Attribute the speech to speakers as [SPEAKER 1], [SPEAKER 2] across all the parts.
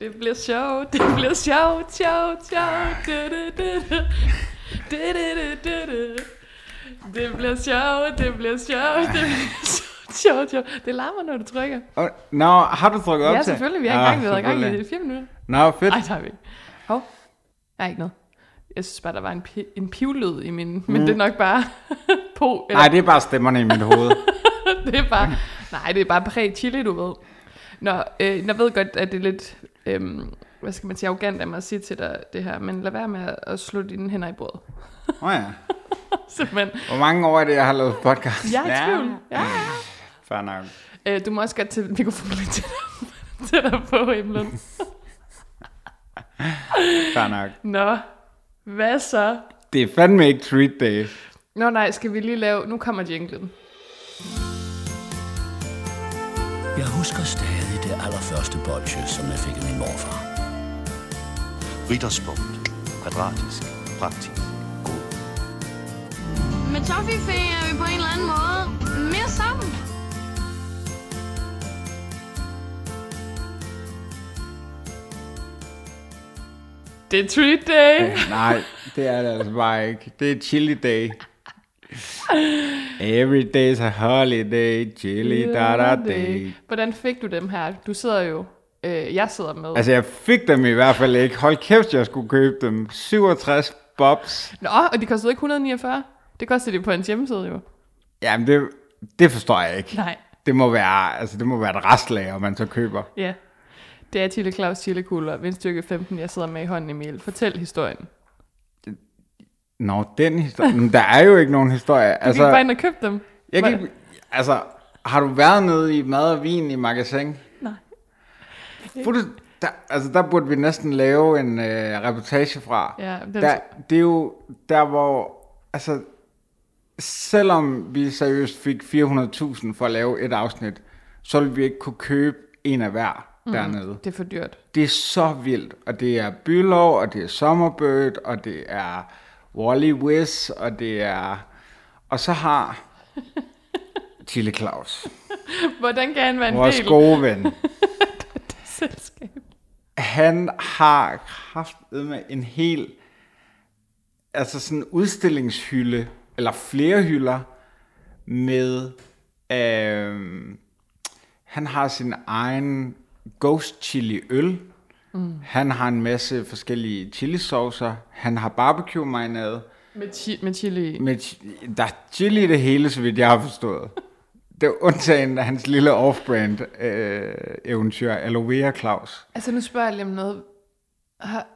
[SPEAKER 1] Det bliver sjovt, det bliver sjovt, sjovt, sjovt. Du, du, du, du. Du, du, du, du, du. Det bliver sjovt, det bliver sjovt, det bliver sjovt, sjovt, sjovt. Det larmer, når du trykker.
[SPEAKER 2] Oh, Nå, har du trykket op
[SPEAKER 1] Ja,
[SPEAKER 2] til?
[SPEAKER 1] selvfølgelig, vi har
[SPEAKER 2] Nå,
[SPEAKER 1] ikke gang, vi har gang i
[SPEAKER 2] selvfølgelig.
[SPEAKER 1] det i fire minutter.
[SPEAKER 2] Nå, fedt.
[SPEAKER 1] Nej, det har vi ikke. Hov, der er ikke noget. Jeg synes bare, der var en, pi- en pivlyd i min, men
[SPEAKER 2] Mm.
[SPEAKER 1] det er nok bare po, eller
[SPEAKER 2] Nej, det er bare stemmerne i mit hoved.
[SPEAKER 1] det er bare, nej, det er bare præ-chili, du ved. Nå, øh, jeg ved godt, at det er lidt, øh, hvad skal man sige, arrogant af mig at sige til dig det her, men lad være med at slå dine hænder i bordet.
[SPEAKER 2] Åh oh, ja.
[SPEAKER 1] Simpelthen.
[SPEAKER 2] Hvor mange år er det, jeg har lavet podcast?
[SPEAKER 1] Jeg er i tvivl. Ja.
[SPEAKER 2] Fair nok.
[SPEAKER 1] Øh, du må også godt tage mikrofonen lidt tættere- tættere på, Emlen.
[SPEAKER 2] Fair nok.
[SPEAKER 1] Nå, hvad så?
[SPEAKER 2] Det er fandme ikke treat day.
[SPEAKER 1] Nå nej, skal vi lige lave, nu kommer jinglen.
[SPEAKER 3] Jeg husker stadig det allerførste bolsje, som jeg fik af min morfar.
[SPEAKER 4] Ritterspunkt. Kvadratisk. Praktisk. God.
[SPEAKER 5] Med Toffifee er vi på en eller anden måde mere sammen.
[SPEAKER 1] Det er treat day.
[SPEAKER 2] Nej, det er det altså bare ikke. Det er chili day. Every day's a holiday, chili da da day.
[SPEAKER 1] Hvordan fik du dem her? Du sidder jo, øh, jeg sidder med.
[SPEAKER 2] Altså, jeg fik dem i hvert fald ikke. Hold kæft, jeg skulle købe dem. 67 bobs.
[SPEAKER 1] Nå, og de kostede ikke 149? Det kostede de på hans hjemmeside jo.
[SPEAKER 2] Jamen, det, det forstår jeg ikke.
[SPEAKER 1] Nej.
[SPEAKER 2] Det må være, altså, det må være et restlager, man så køber.
[SPEAKER 1] Ja. Det er Tille Claus Chillekugler, vindstykke 15, jeg sidder med i hånden, Emil. Fortæl historien. Du
[SPEAKER 2] Nå, den historie. Men der er jo ikke nogen historie.
[SPEAKER 1] altså, gik bare ind og købte dem.
[SPEAKER 2] jeg
[SPEAKER 1] Var-
[SPEAKER 2] gik, altså, har du været nede i mad og vin i magasin?
[SPEAKER 1] Nej.
[SPEAKER 2] Fuldt, der, altså, der burde vi næsten lave en øh, reportage fra.
[SPEAKER 1] Ja, den-
[SPEAKER 2] der, det er jo der, hvor... Altså, selvom vi seriøst fik 400.000 for at lave et afsnit, så ville vi ikke kunne købe en af hver
[SPEAKER 1] Mhm.
[SPEAKER 2] dernede.
[SPEAKER 1] Det er for dyrt.
[SPEAKER 2] Det er så vildt, og det er Bylov, og det er Sommerbird, og det er Wally Wiz, og det er... Og så har Chile Claus,
[SPEAKER 1] Hvordan kan han være en
[SPEAKER 2] vores
[SPEAKER 1] del
[SPEAKER 2] gode ven.
[SPEAKER 1] af selskabet?
[SPEAKER 2] Han har haft med en hel altså sådan en udstillingshylde, eller flere hylder, med... Øh, han har sin egen ghost chili øl. Mm. Han har en masse forskellige chilisaucer. Han har barbecue marinade.
[SPEAKER 1] Med, chi- med chili i.
[SPEAKER 2] Med chi- der er chili i det hele, så vidt jeg har forstået. Det er undtagen hans lille off-brand øh, eventyr, Aloe Vera Claus.
[SPEAKER 1] Altså, nu spørger jeg lige om noget. Har,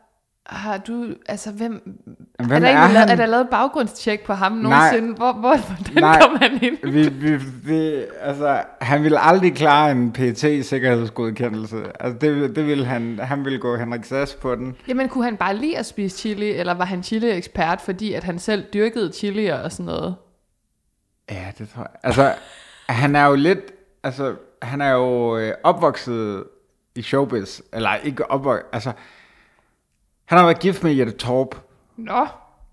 [SPEAKER 1] har du, altså hvem, hvem
[SPEAKER 2] Hvem
[SPEAKER 1] er, der
[SPEAKER 2] er
[SPEAKER 1] egentlig lavet,
[SPEAKER 2] han?
[SPEAKER 1] er der lavet baggrundstjek på ham nogensinde? Hvor, hvor, hvordan
[SPEAKER 2] Nej.
[SPEAKER 1] kom han ind?
[SPEAKER 2] Vi, vi, det, altså, han ville aldrig klare en pt sikkerhedsgodkendelse Altså, det, det ville han, han ville gå Henrik Sass på den.
[SPEAKER 1] Jamen, kunne han bare lide at spise chili, eller var han chili-ekspert, fordi at han selv dyrkede chili og sådan noget?
[SPEAKER 2] Ja, det tror jeg. Altså, han er jo lidt, altså, han er jo øh, opvokset i showbiz, eller ikke opvokset, altså, han har været gift med Jette Torp.
[SPEAKER 1] Nå,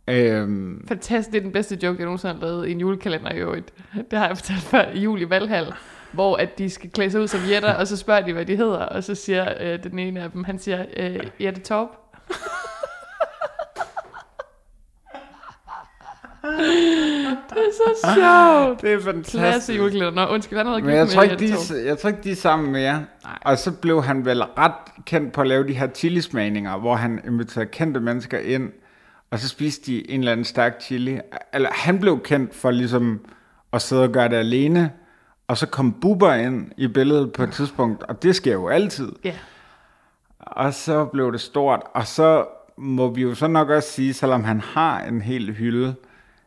[SPEAKER 2] Øhm,
[SPEAKER 1] Fantastisk, det er den bedste joke, jeg nogensinde har lavet i en julekalender i øvrigt. Det har jeg fortalt før i jul i Valhall, hvor at de skal klæde sig ud som jætter, og så spørger de, hvad de hedder, og så siger øh, den ene af dem, han siger, øh, Jette Torp. det er så sjovt.
[SPEAKER 2] det er fantastisk.
[SPEAKER 1] Klasse julekalender. Nå, undskyld, han har
[SPEAKER 2] Men
[SPEAKER 1] været
[SPEAKER 2] jeg
[SPEAKER 1] gift
[SPEAKER 2] tror,
[SPEAKER 1] med
[SPEAKER 2] ikke,
[SPEAKER 1] Jette
[SPEAKER 2] de,
[SPEAKER 1] Torp.
[SPEAKER 2] jeg tror ikke, de er sammen mere. Nej. Og så blev han vel ret kendt på at lave de her chilismagninger, hvor han inviterede kendte mennesker ind, og så spiste de en eller anden stærk chili. Eller han blev kendt for ligesom at sidde og gøre det alene, og så kom Bubber ind i billedet på et tidspunkt, og det sker jo altid.
[SPEAKER 1] Ja.
[SPEAKER 2] Og så blev det stort, og så må vi jo så nok også sige, selvom han har en hel hylde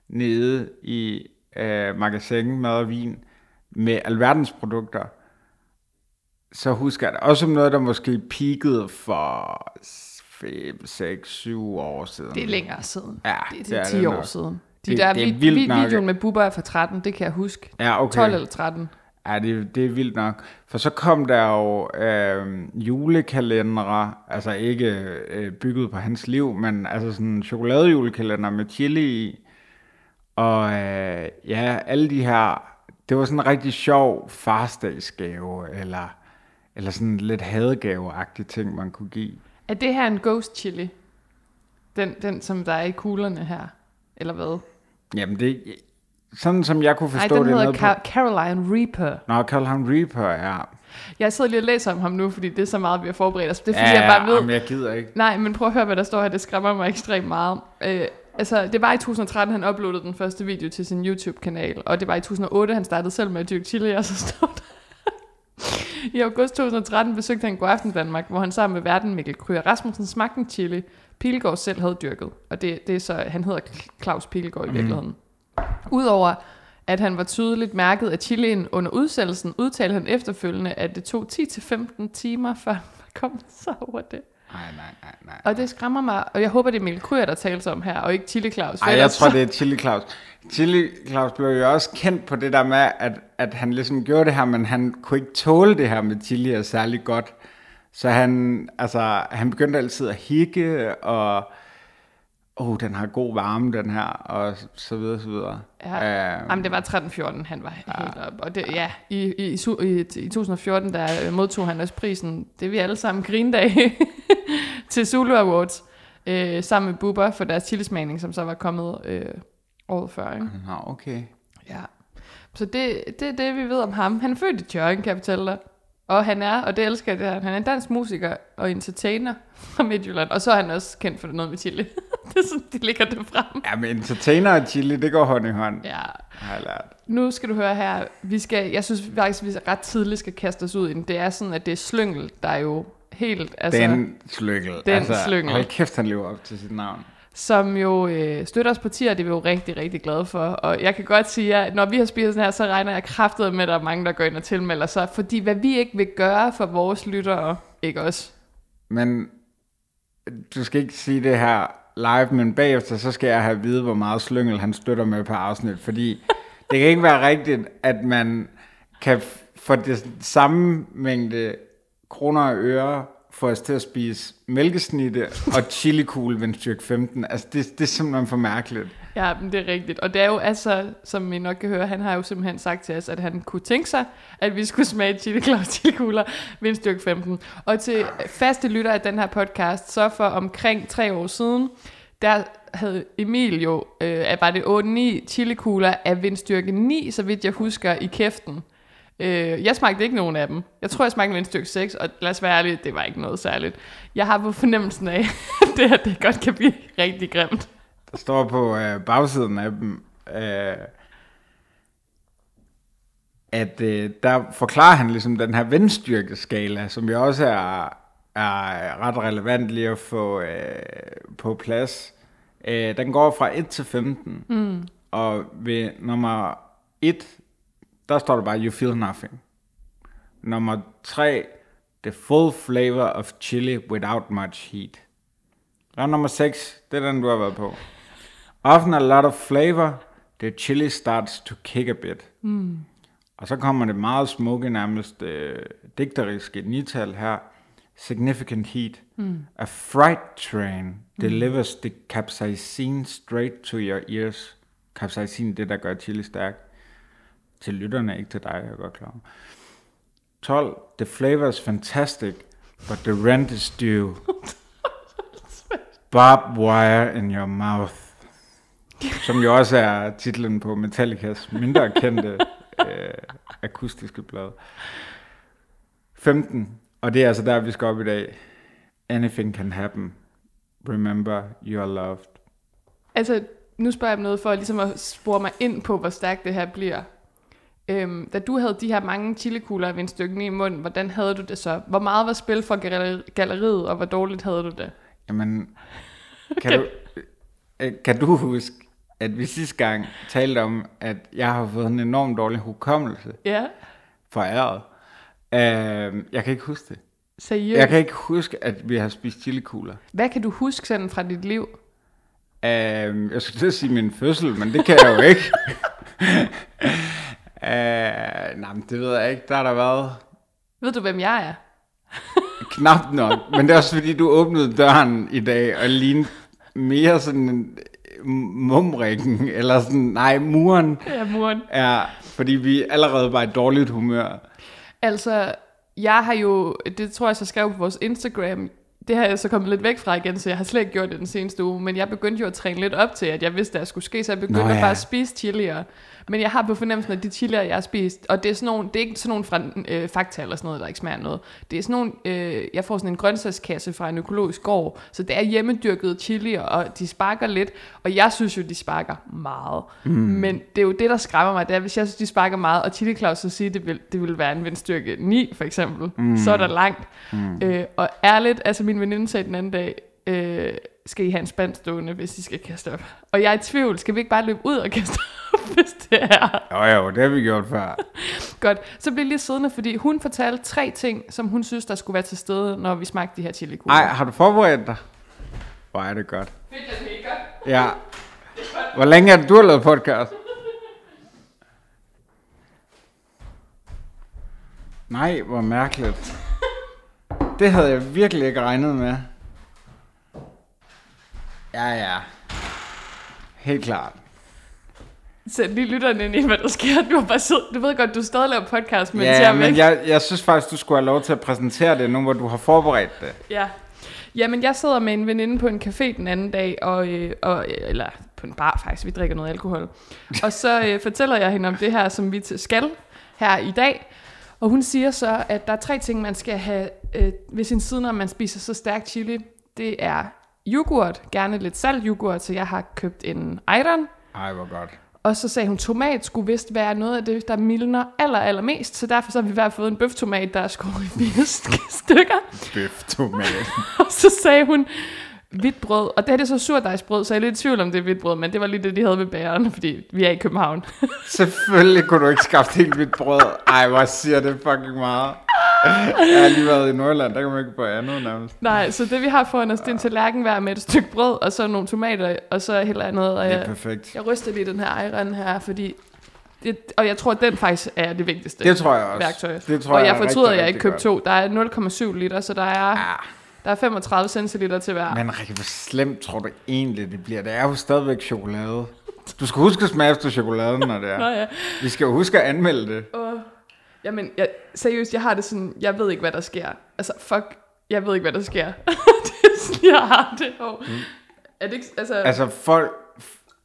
[SPEAKER 2] nede i øh, magasin Mad og Vin med alverdens produkter, så husker jeg det også som noget, der måske peakede for 5, 6, 7 år siden.
[SPEAKER 1] Det er længere siden.
[SPEAKER 2] Ja,
[SPEAKER 1] det, det
[SPEAKER 2] det
[SPEAKER 1] er
[SPEAKER 2] er
[SPEAKER 1] 10
[SPEAKER 2] det
[SPEAKER 1] år
[SPEAKER 2] nok.
[SPEAKER 1] siden. De
[SPEAKER 2] Det-
[SPEAKER 1] der
[SPEAKER 2] det er
[SPEAKER 1] vid-
[SPEAKER 2] vildt
[SPEAKER 1] vid-
[SPEAKER 2] nok.
[SPEAKER 1] videoen med Bubber er fra 13, det kan jeg huske.
[SPEAKER 2] Ja, okay.
[SPEAKER 1] 12 eller 13.
[SPEAKER 2] Ja, det, det er vildt nok. For så kom der jo øh, julekalendere, altså ikke øh, bygget på hans liv, men altså sådan en chokoladejulekalender med chili i. Og øh, ja, alle de her, det var sådan en rigtig sjov farsdagsgave, eller Eller sådan lidt hadegaveagtige ting, man kunne give.
[SPEAKER 1] Er det her en ghost chili? Den, den som der er i kuglerne her? Eller hvad?
[SPEAKER 2] Jamen det, sådan som jeg kunne
[SPEAKER 1] Nej,
[SPEAKER 2] forstå
[SPEAKER 1] den
[SPEAKER 2] det
[SPEAKER 1] hedder
[SPEAKER 2] noget
[SPEAKER 1] Ca-
[SPEAKER 2] på.
[SPEAKER 1] Caroline Reaper.
[SPEAKER 2] Nå, Carl Ham Reaper, ja.
[SPEAKER 1] Jeg sidder lige og læser om ham nu, fordi det er så meget, vi har forberedt os. Det er fordi,
[SPEAKER 2] ja,
[SPEAKER 1] jeg bare ved...
[SPEAKER 2] Jamen, jeg gider ikke.
[SPEAKER 1] Nej, men prøv at høre, hvad der står her. Det skræmmer mig ekstremt meget. Øh, altså, det var i 2013, han uploadede den første video til sin YouTube-kanal, og det var i 2008, han startede selv med at dyrke chili, og så står der... I august 2013 besøgte han Godaften Danmark, hvor han sammen med verden Mikkel Kryer Rasmussen smagte en chili, Pilgaard selv havde dyrket. Og det, det er så, han hedder Claus Pilgaard i virkeligheden. Udover at han var tydeligt mærket af chilien under udsendelsen, udtalte han efterfølgende, at det tog 10-15 timer, før han var kommet sig over det.
[SPEAKER 2] Nej, nej, nej, nej.
[SPEAKER 1] Og det skræmmer mig, og jeg håber, det er Mikkel Kryer, der tales om her, og ikke Tille Claus. for
[SPEAKER 2] Ej, jeg
[SPEAKER 1] ellers
[SPEAKER 2] tror,
[SPEAKER 1] så-
[SPEAKER 2] det er Chili Claus. Chili Claus blev jo også kendt på det der med, at, at han ligesom gjorde det her, men han kunne ikke tåle det her med chili særlig godt. Så han, altså, han begyndte altid at hikke, og åh, oh, den har god varme, den her, og så videre, så videre.
[SPEAKER 1] Ja.
[SPEAKER 2] Øhm,
[SPEAKER 1] Jamen, det var 13-14, han var helt op. Og det, ja, i, i, i, su- i, i 2014, der øh, modtog han også prisen, det vi alle sammen grinte af, til Zulu Awards, øh, sammen med Bubber for deres chilismagning, som så var kommet øh, året før. Ikke?
[SPEAKER 2] Nå, okay.
[SPEAKER 1] Ja. Så det, det er det, vi ved om ham. Han er født i Tjørgen, kan jeg fortælle dig. Og han er, og det elsker jeg, det her, han er en dansk musiker og entertainer fra Midtjylland. Og så er han også kendt for noget med chili. det er sådan, de ligger det frem.
[SPEAKER 2] Ja, men entertainer og chili, det går hånd i hånd, ja.
[SPEAKER 1] Ja.
[SPEAKER 2] har jeg lært.
[SPEAKER 1] Nu skal du høre her. Vi skal, jeg synes faktisk, vi ret tidligt skal kaste os ud i den. Det er sådan, at det er slyngel, der er jo helt... Altså,
[SPEAKER 2] Den slykkel. Den
[SPEAKER 1] slyngel.
[SPEAKER 2] Hold kæft, han lever op til sit navn.
[SPEAKER 1] som jo øh, støtter os partier, det er vi jo rigtig, rigtig glade for. Og jeg kan godt sige, at når vi har spist sådan her, så regner jeg kraftet med, at der er mange, der går ind og tilmelder sig. Fordi hvad vi ikke vil gøre for vores lyttere, ikke os.
[SPEAKER 2] Men du skal ikke sige det her live, men bagefter, så skal jeg have at vide, hvor meget slyngel han støtter med på afsnit, fordi det kan ikke være rigtigt, at man kan f- for det samme mængde kroner og øre få os til at spise mælkesnitte og chilikugle ved en styrke 15. Altså, det, det er simpelthen for mærkeligt.
[SPEAKER 1] Ja, men det er rigtigt. Og det er jo altså, som I nok kan høre, han har jo simpelthen sagt til os, at han kunne tænke sig, at vi skulle smage chili claus chili ved en styrke 15. Og til faste lytter af den her podcast, så for omkring tre år siden, der havde Emil jo, øh, var det 8-9 chilikugler af vindstyrke 9, så vidt jeg husker, i kæften. Øh, jeg smagte ikke nogen af dem. Jeg tror, jeg smagte en stykke 6, og lad os være ærlige, det var ikke noget særligt. Jeg har på fornemmelsen af, at det her det godt kan blive rigtig grimt.
[SPEAKER 2] Der står på øh, bagsiden af dem, øh, at øh, der forklarer han ligesom den her vindstyrkeskala, som jo også er, er ret relevant lige at få øh, på plads. Øh, den går fra 1 til 15, mm. og ved nummer 1, der står der bare, you feel nothing. Nummer 3, the full flavor of chili without much heat. Round nummer 6, det er den, du har været på. Often a lot of flavor, the chili starts to kick a bit. Mm. Og så kommer det meget smukke, nærmest øh, digteriske nital her. Significant heat. Mm. A freight train delivers the capsaicin straight to your ears. Capsaicin, det der gør chili stærk. Til lytterne, ikke til dig, jeg er godt klar. over. 12. The flavor is fantastic, but the rent is due. Barbed Wire in Your Mouth, som jo også er titlen på Metallicas mindre kendte øh, akustiske blad. 15, og det er altså der, vi skal op i dag. Anything can happen. Remember, you are loved.
[SPEAKER 1] Altså, nu spørger jeg om noget for ligesom at spore mig ind på, hvor stærkt det her bliver. Øhm, da du havde de her mange chilekugler ved en stykke ned i munden, hvordan havde du det så? Hvor meget var spil for galler- galleriet, og hvor dårligt havde du det?
[SPEAKER 2] Jamen, kan, du, øh, kan du huske, at vi sidste gang talte om, at jeg har fået en enormt dårlig hukommelse
[SPEAKER 1] Ja,
[SPEAKER 2] for æret? Øh, jeg kan ikke huske det.
[SPEAKER 1] seriøst.
[SPEAKER 2] Jeg kan ikke huske, at vi har spist chilekugler.
[SPEAKER 1] Hvad kan du huske sådan fra dit liv?
[SPEAKER 2] Um, jeg skulle til at sige min fødsel, men det kan jeg jo ikke. uh, nej, men det ved jeg ikke. Der har der været
[SPEAKER 1] Ved du, hvem jeg er?
[SPEAKER 2] knap nok. Men det er også fordi, du åbnede døren i dag og lignede mere sådan en mumrikken, eller sådan, nej, muren
[SPEAKER 1] Ja, muren.
[SPEAKER 2] er, fordi vi allerede var i dårligt humør.
[SPEAKER 1] Altså, Jeg har jo, det tror jeg så skrev på vores Instagram, det har jeg så kommet lidt væk fra igen, så jeg har slet ikke gjort det den seneste uge, men jeg begyndte jo at træne lidt op til, at jeg vidste, at det skulle ske, så jeg begyndte
[SPEAKER 2] Nå
[SPEAKER 1] Nå, ja.
[SPEAKER 2] ja.
[SPEAKER 1] at bare spise chilier. Men jeg har på fornemmelsen, at de chilier, jeg har spist, og det er, sådan nogle, det er ikke sådan nogle fra øh, Fakta eller sådan noget, der ikke smager af noget. Det er sådan nogle, øh, jeg får sådan en grøntsagskasse fra en økologisk gård, så det er hjemmedyrkede chilier, og de sparker lidt, og jeg synes jo, de sparker meget. Mm. Men det er jo det, der skræmmer mig, det er, hvis jeg synes, de sparker meget, og Chili Claus så siger, det vil, det vil være en vindstyrke 9, for eksempel, mm. så er der langt. Mm. Øh, og ærligt, altså min veninde sagde den anden dag, øh, skal I have en spand stående, hvis I skal kaste op? Og jeg er i tvivl, skal vi ikke bare løbe ud og kaste op, hvis det er?
[SPEAKER 2] Jo, jo, det har vi gjort før.
[SPEAKER 1] Godt, så blev jeg lige siddende, fordi hun fortalte tre ting, som hun synes, der skulle være til stede, når vi smagte de her chilikugler.
[SPEAKER 2] Ej, har du forberedt dig? Hvor er det godt.
[SPEAKER 1] Fedt, jeg det ikke godt.
[SPEAKER 2] Ja. Hvor længe er det, du har lavet podcast? Nej, hvor mærkeligt. Det havde jeg virkelig ikke regnet med. Ja, ja. Helt klart.
[SPEAKER 1] Sæt lige lytterne ind i, hvad der sker. Du, har bare siddet. du ved godt, du stadig laver podcast, men
[SPEAKER 2] ja,
[SPEAKER 1] jeg væk.
[SPEAKER 2] men jeg, jeg synes faktisk, du skulle have lov til at præsentere det nu, hvor du har forberedt det.
[SPEAKER 1] Ja. Jamen, jeg sidder med en veninde på en café den anden dag, og, øh, og, eller på en bar faktisk, vi drikker noget alkohol. Og så øh, fortæller jeg hende om det her, som vi til- skal her i dag. Og hun siger så, at der er tre ting, man skal have øh, ved sin side, når man spiser så stærk chili. Det er yoghurt, gerne lidt salt yoghurt, så jeg har købt en Ejderen.
[SPEAKER 2] Ej, hvor godt.
[SPEAKER 1] Og så sagde hun, tomat skulle vist være noget af det, der mildner aller, allermest. Så derfor så har vi hver fået en bøftomat, der er skåret i fire stykker.
[SPEAKER 2] Bøf tomat.
[SPEAKER 1] Og så sagde hun, hvidt brød. Og det her det er så surdejsbrød, så jeg er lidt i tvivl om det er hvidt brød, men det var lige det, de havde ved bageren, fordi vi er i København.
[SPEAKER 2] Selvfølgelig kunne du ikke skaffe helt mit brød. Ej, hvor siger det fucking meget. Jeg har lige været i Nordjylland, der kan man ikke få andet nærmest.
[SPEAKER 1] Nej, så det vi har foran os, det er en tallerken hver med et stykke brød, og så nogle tomater, og så heller noget. Og
[SPEAKER 2] Det er
[SPEAKER 1] jeg,
[SPEAKER 2] perfekt.
[SPEAKER 1] jeg ryster lige den her ejeren her, fordi... Det, og jeg tror, at den faktisk er det vigtigste
[SPEAKER 2] Det tror jeg også.
[SPEAKER 1] værktøj.
[SPEAKER 2] Det tror
[SPEAKER 1] og jeg
[SPEAKER 2] er
[SPEAKER 1] fortryder, at
[SPEAKER 2] rigtig,
[SPEAKER 1] jeg ikke købte
[SPEAKER 2] rigtig
[SPEAKER 1] to. Der er 0,7 liter, så der er,
[SPEAKER 2] godt. Ah,
[SPEAKER 1] der er 35 centiliter til hver.
[SPEAKER 2] men Rikke, hvor slemt tror du egentlig, det bliver? Det er jo stadigvæk chokolade. Du skal huske at smage efter chokoladen, når det
[SPEAKER 1] Nå
[SPEAKER 2] er.
[SPEAKER 1] ja.
[SPEAKER 2] Vi skal jo huske at anmelde det.
[SPEAKER 1] Jamen, jeg, seriøst, jeg har det sådan, jeg ved ikke, hvad der sker. Altså, fuck, jeg ved ikke, hvad der sker. det er sådan, jeg har det. Og, er det ikke, altså, altså,
[SPEAKER 2] Altså folk,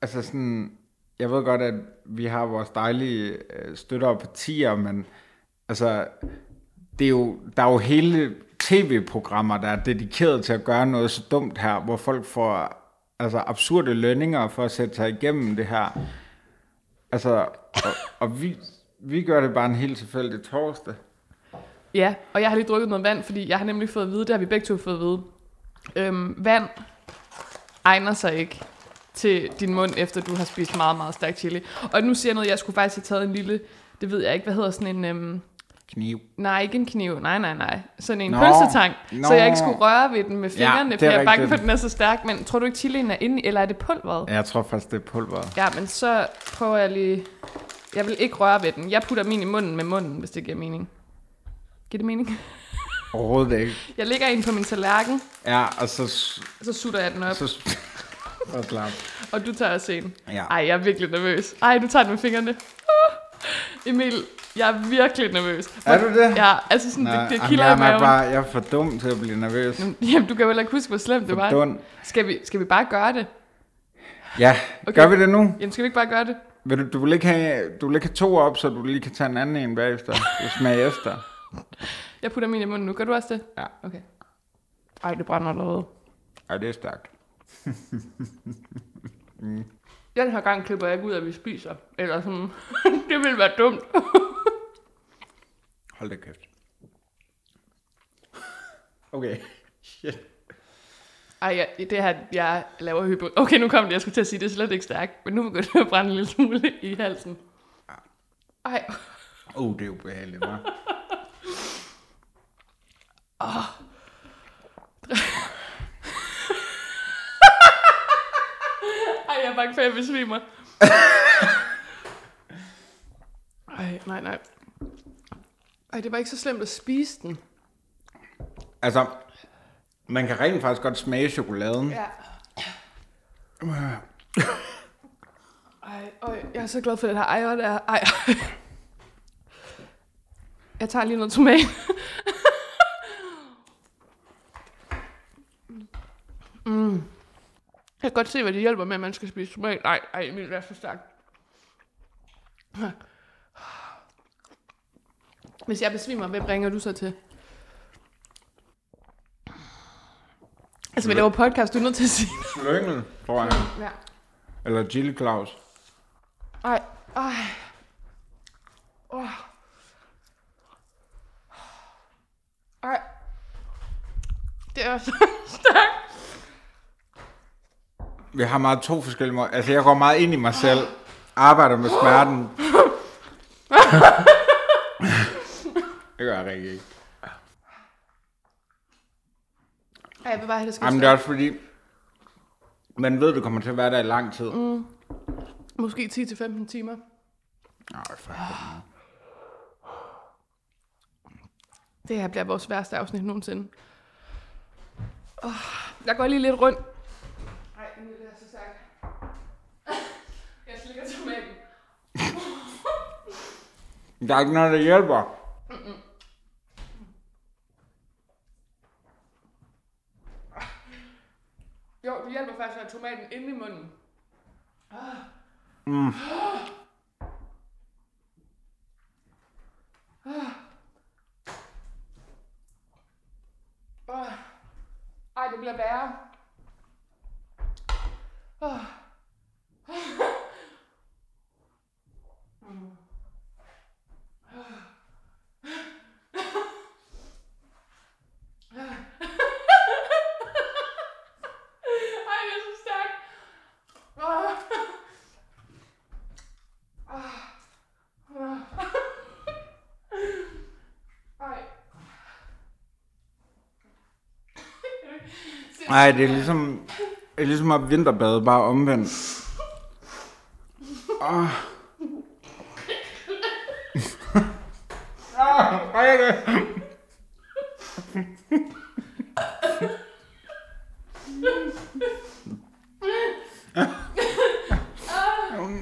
[SPEAKER 2] altså sådan, jeg ved godt, at vi har vores dejlige øh, støtter og partier, men altså, det er jo, der er jo hele tv-programmer, der er dedikeret til at gøre noget så dumt her, hvor folk får altså, absurde lønninger for at sætte sig igennem det her. Altså, og, og vi, vi gør det bare en helt tilfældig torsdag.
[SPEAKER 1] ja, og jeg har lige drukket noget vand, fordi jeg har nemlig fået at vide, det har vi begge to fået at vide. Øhm, vand egner sig ikke til din mund, efter du har spist meget, meget stærk chili. Og nu siger jeg noget, jeg skulle faktisk have taget en lille, det ved jeg ikke, hvad hedder sådan en, øhm,
[SPEAKER 2] Kniv.
[SPEAKER 1] nej, ikke en kniv, nej, nej, nej, sådan en
[SPEAKER 2] Nå,
[SPEAKER 1] pølsetang, så
[SPEAKER 2] nå.
[SPEAKER 1] jeg ikke skulle røre ved den med fingrene,
[SPEAKER 2] det
[SPEAKER 1] ja,
[SPEAKER 2] er
[SPEAKER 1] for jeg er bange
[SPEAKER 2] rigtigt.
[SPEAKER 1] for, at den er så stærk. Men tror du ikke, chilien er inde, i, eller er det pulveret?
[SPEAKER 2] Ja, Jeg tror faktisk, det er pulveret.
[SPEAKER 1] Ja, men så prøver jeg lige... Jeg vil ikke røre ved den. Jeg putter min i munden med munden, hvis det giver mening. Giver det mening?
[SPEAKER 2] Overhovedet ikke.
[SPEAKER 1] Jeg lægger en på min tallerken,
[SPEAKER 2] Ja, og så... s-
[SPEAKER 1] og så sutter jeg den op,
[SPEAKER 2] så s- og slap.
[SPEAKER 1] og du tager også en.
[SPEAKER 2] Ja.
[SPEAKER 1] Ej, jeg er virkelig nervøs. Ej, du tager den med fingrene. Ah. Emil, jeg er virkelig nervøs.
[SPEAKER 2] Er du det?
[SPEAKER 1] Ja, altså sådan,
[SPEAKER 2] Nej,
[SPEAKER 1] det, det
[SPEAKER 2] jamen,
[SPEAKER 1] kilder i
[SPEAKER 2] jeg, er
[SPEAKER 1] maven.
[SPEAKER 2] bare, jeg er for dum til at blive nervøs.
[SPEAKER 1] Jamen, du kan jo heller ikke huske, hvor slemt det var.
[SPEAKER 2] Dund.
[SPEAKER 1] Skal vi, skal vi bare gøre det?
[SPEAKER 2] Ja, okay.
[SPEAKER 1] Okay.
[SPEAKER 2] gør vi det nu?
[SPEAKER 1] Jamen, skal vi ikke bare gøre det?
[SPEAKER 2] Vil du, du, vil ikke have, du vil ikke have to op, så du lige kan tage en anden en bagefter og smage efter.
[SPEAKER 1] Jeg putter min i munden nu. Gør du også det?
[SPEAKER 2] Ja.
[SPEAKER 1] Okay. Ej, det brænder allerede.
[SPEAKER 2] Ej, det er stærkt.
[SPEAKER 1] den her gang klipper jeg ikke ud, at vi spiser. Eller sådan, det ville være dumt.
[SPEAKER 2] Hold da kæft. Okay. Shit.
[SPEAKER 1] Ej, jeg, det her, jeg laver hypo. Okay, nu kom det, jeg skulle til at sige, det er slet ikke stærkt. Men nu begynder det at brænde en lille smule i halsen. Ej,
[SPEAKER 2] Uh, det er ubehageligt, hva'?
[SPEAKER 1] ej jeg er bange for, at jeg besvimer. Ej, nej, nej. Ej, det var ikke så slemt at spise den.
[SPEAKER 2] Altså, man kan rent faktisk godt smage chokoladen.
[SPEAKER 1] Ja. Ej, øj, jeg er så glad for den her ejer der. Ej. Jeg tager lige noget tomat. Jeg Mm. kan godt se, hvad det hjælper med, at man skal spise tomat. Nej, ej, Emil, det er så stærkt. Hvis jeg besvimer, hvem ringer du så til? Altså, vi laver podcast, du er nødt til at sige.
[SPEAKER 2] Lyngel, tror jeg.
[SPEAKER 1] Ja.
[SPEAKER 2] Eller Gilly Claus.
[SPEAKER 1] Ej, ej. Oh. Ej. Det er så stærkt.
[SPEAKER 2] Vi har meget to forskellige måder. Altså, jeg går meget ind i mig selv. Arbejder med smerten. det gør jeg rigtig ikke.
[SPEAKER 1] Ej, jeg vil bare have, det skal
[SPEAKER 2] Jamen, det er også fordi, man ved, det kommer til at være der i lang tid. Mm.
[SPEAKER 1] Måske 10-15 timer.
[SPEAKER 2] Ej, for helvede.
[SPEAKER 1] Det her bliver vores værste afsnit nogensinde. Oh, jeg går lige lidt rundt. Nej, nu er det så stærkt. jeg slikker tomaten.
[SPEAKER 2] der er ikke noget, der hjælper.
[SPEAKER 1] Jo, det hjælper faktisk at have tomaten inde i munden. Ah. Ah. Ah. Ej, det bliver værre. Ah. Ah. Ah. Ej, jeg er så stærk. Ah. Ah. Ah. Ej.
[SPEAKER 2] Nej, det er ligesom, det er ligesom at vinterbade bare omvendt. Ah. Åh. Ah, hvor er det?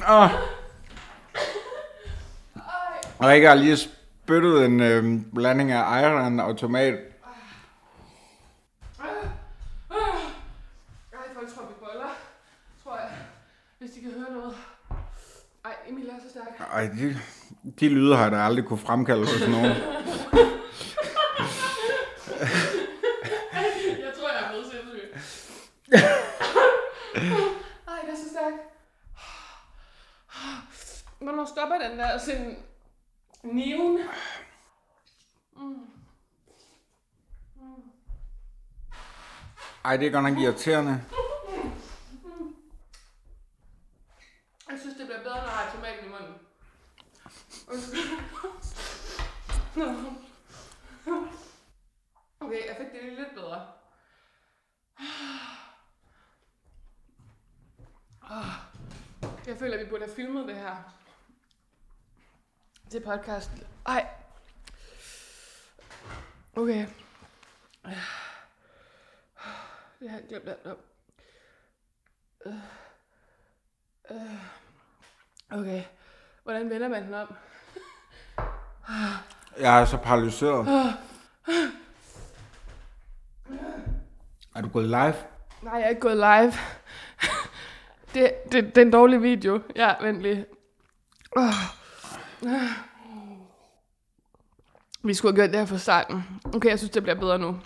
[SPEAKER 2] Åh. Og jeg har lige spyttet en øh, blanding af iron og tomat.
[SPEAKER 1] Ej, folk tror, vi boller. Tror jeg. Hvis de kan høre noget. Ej, Emil er så stærk.
[SPEAKER 2] Ej, de, de lyde har jeg da aldrig kunne fremkalde hos nogen.
[SPEAKER 1] Jeg tror, jeg er blevet sindssyg. Ej, det er så stærk. Hvornår stopper den der sådan niven?
[SPEAKER 2] Ej, det er godt nok irriterende.
[SPEAKER 1] Jeg synes, det bliver bedre, når jeg har tomaten i munden. Undskyld. Nå. Okay, jeg fik det lige lidt bedre. Ah. Jeg føler, at vi burde have filmet det her. Til podcast. Ej. Okay. Det har jeg glemt alt om. Okay. Hvordan vender man den om?
[SPEAKER 2] Jeg er så paralyseret. Er du gået live?
[SPEAKER 1] Nej, jeg er ikke gået live. det, det, det er en dårlig video. Ja, vent lige. Åh. Vi skulle have gjort det her fra starten. Okay, jeg synes, det bliver bedre nu.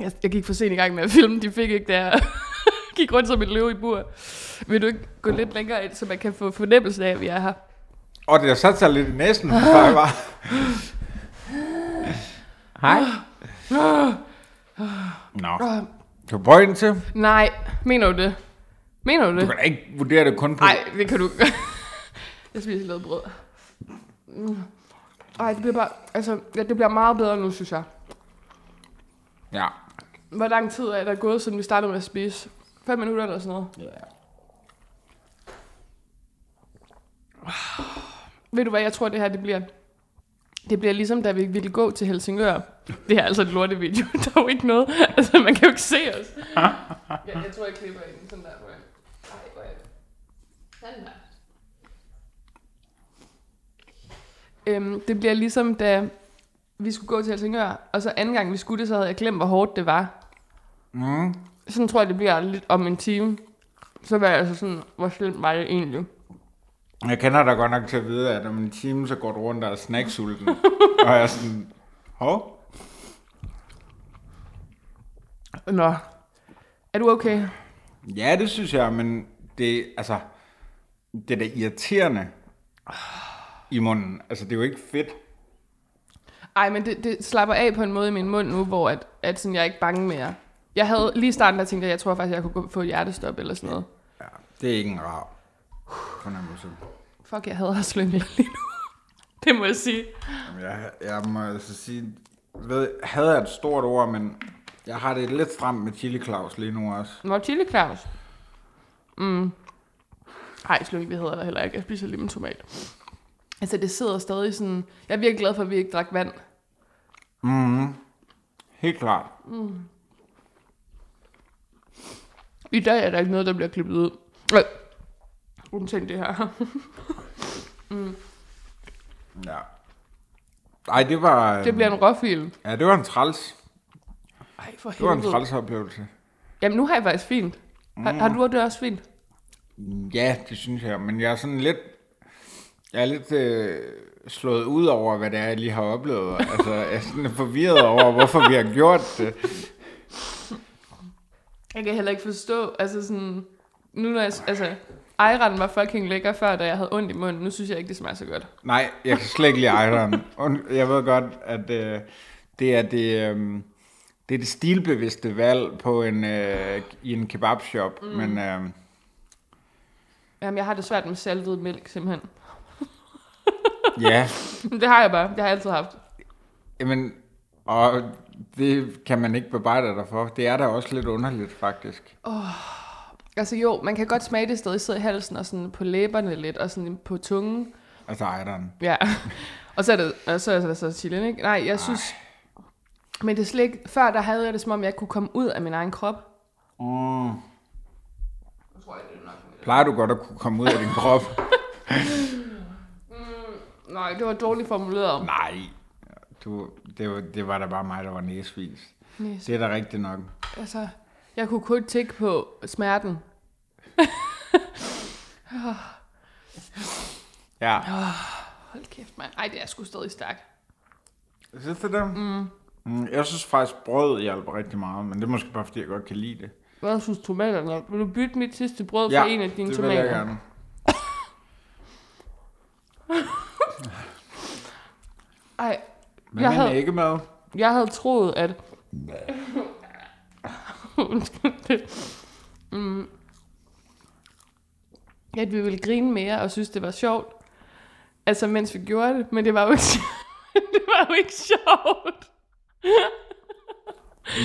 [SPEAKER 1] Jeg, jeg gik for sent i gang med at filme. De fik ikke det her. gik rundt som et løve i bur. Vil du ikke gå lidt længere ind, så man kan få fornemmelsen af, at vi er her?
[SPEAKER 2] Og det har sat sig lidt i næsen, før jeg var. Hej. Nå,
[SPEAKER 1] Åh,
[SPEAKER 2] så point til.
[SPEAKER 1] nej, mener du det? Mener du
[SPEAKER 2] Du
[SPEAKER 1] det?
[SPEAKER 2] kan da ikke vurdere det kun på...
[SPEAKER 1] Nej, det kan du ikke. jeg spiser lavet brød. Mm. Ej, det bliver bare, altså, ja, det bliver meget bedre nu, synes jeg.
[SPEAKER 2] Ja.
[SPEAKER 1] Hvor lang tid er der gået, siden vi startede med at spise? 5 minutter eller sådan noget?
[SPEAKER 2] Ja.
[SPEAKER 1] Ved du hvad, jeg tror, det her det bliver... Det bliver ligesom, da vi ville gå til Helsingør. Det her er altså et lortevideo. Der er jo ikke noget. Altså, man kan jo ikke se os. Jeg, jeg tror, jeg klipper ind sådan der. Hvor jeg... Ej, hvor er det? Sådan der. Øhm, det bliver ligesom, da vi skulle gå til Helsingør, og så anden gang vi skulle det, så havde jeg glemt, hvor hårdt det var.
[SPEAKER 2] Mm.
[SPEAKER 1] sådan tror jeg, det bliver lidt om en time. Så var jeg altså sådan, hvor slemt var det egentlig?
[SPEAKER 2] Jeg kender dig godt nok til at vide, at om en time, så går du rundt og er snacksulten. og jeg er sådan, hov,
[SPEAKER 1] Nå, er du okay?
[SPEAKER 2] ja, det synes jeg, men det, altså, det er da irriterende i munden. Altså, det er jo ikke fedt.
[SPEAKER 1] Ej, men det, det slapper af på en måde i min mund nu, hvor at, at sådan, jeg er ikke bange mere. Jeg havde lige i starten, der tænkte jeg, jeg tror faktisk, jeg kunne gå, få et hjertestop eller sådan noget.
[SPEAKER 2] Ja, det er ikke en rar fornemmelse.
[SPEAKER 1] Fuck, jeg hader at slynge lige nu. Det må jeg sige.
[SPEAKER 2] Jamen, Jeg, jeg må altså sige, ved, havde jeg et stort ord, men jeg har det lidt stramt med Chili Claus lige nu også.
[SPEAKER 1] Nå, Chili Claus. Mm. Ej, slynge, vi hedder det heller ikke. Jeg spiser lige min tomat. Altså, det sidder stadig sådan... Jeg er virkelig glad for, at vi ikke drak vand.
[SPEAKER 2] Helt klart.
[SPEAKER 1] I dag er der ikke noget, der bliver klippet ud. Nej. Undtagen det her.
[SPEAKER 2] Ja. Ej, det var... øh,
[SPEAKER 1] Det bliver en råfilm.
[SPEAKER 2] Ja, det var en træls.
[SPEAKER 1] Ej, for
[SPEAKER 2] Det var en
[SPEAKER 1] helvede.
[SPEAKER 2] træls Mm. oplevelse.
[SPEAKER 1] Jamen, nu har jeg faktisk fint. Har, har du det også fint?
[SPEAKER 2] Ja, det synes jeg. Men jeg er sådan lidt... Jeg er lidt øh, slået ud over, hvad det er, jeg lige har oplevet. Altså, jeg er sådan lidt forvirret over, hvorfor vi har gjort det.
[SPEAKER 1] Jeg kan heller ikke forstå, altså sådan... Nu når jeg... Altså, Ejren var fucking lækker før, da jeg havde ondt i munden. Nu synes jeg ikke, det smager så godt.
[SPEAKER 2] Nej, jeg kan slet ikke lide Iron. Und- Jeg ved godt, at øh, det er det, øh, det er det stilbevidste valg på en, øh, i en kebabshop, mm. men øh,
[SPEAKER 1] Jamen, jeg har det svært med saltet mælk, simpelthen.
[SPEAKER 2] ja,
[SPEAKER 1] Men Det har jeg bare. Det har jeg altid haft.
[SPEAKER 2] Jamen, og det kan man ikke bebrejde dig for. Det er da også lidt underligt, faktisk.
[SPEAKER 1] Altså jo, man kan godt smage det stadig sidde i halsen og sådan på læberne lidt, og sådan på tungen.
[SPEAKER 2] Altså ejderen.
[SPEAKER 1] Ja. og så er det, og så er det så chillen, ikke? Nej, jeg synes... Men det er slet ikke... Før der havde jeg det, som om jeg kunne komme ud af min egen krop.
[SPEAKER 2] Mm. Plejer du godt at kunne komme ud af din krop?
[SPEAKER 1] Nej, det var dårligt formuleret.
[SPEAKER 2] Nej. Du, det, var, det var da bare mig, der var næsvis.
[SPEAKER 1] Næsvis.
[SPEAKER 2] Det er da rigtigt nok.
[SPEAKER 1] Altså, jeg kunne kun tænke på smerten.
[SPEAKER 2] Ja.
[SPEAKER 1] Hold kæft, mand. Ej, det er sgu stadig stærkt.
[SPEAKER 2] Synes du det? Mm. Mm, jeg synes faktisk, brød hjælper rigtig meget, men det er måske bare, fordi jeg godt kan lide det.
[SPEAKER 1] Hvad synes tomaterne om? Vil du bytte mit sidste brød for en af dine
[SPEAKER 2] det
[SPEAKER 1] tomater?
[SPEAKER 2] vil jeg gerne.
[SPEAKER 1] Ej, Jeg
[SPEAKER 2] Men jeg
[SPEAKER 1] havde-
[SPEAKER 2] havde... ikke med.
[SPEAKER 1] Jeg havde troet, at... Undskyld det. Mm. At vi ville grine mere og synes, det var sjovt. Altså, mens vi gjorde det. Men det var jo ikke, det var jo ikke sjovt.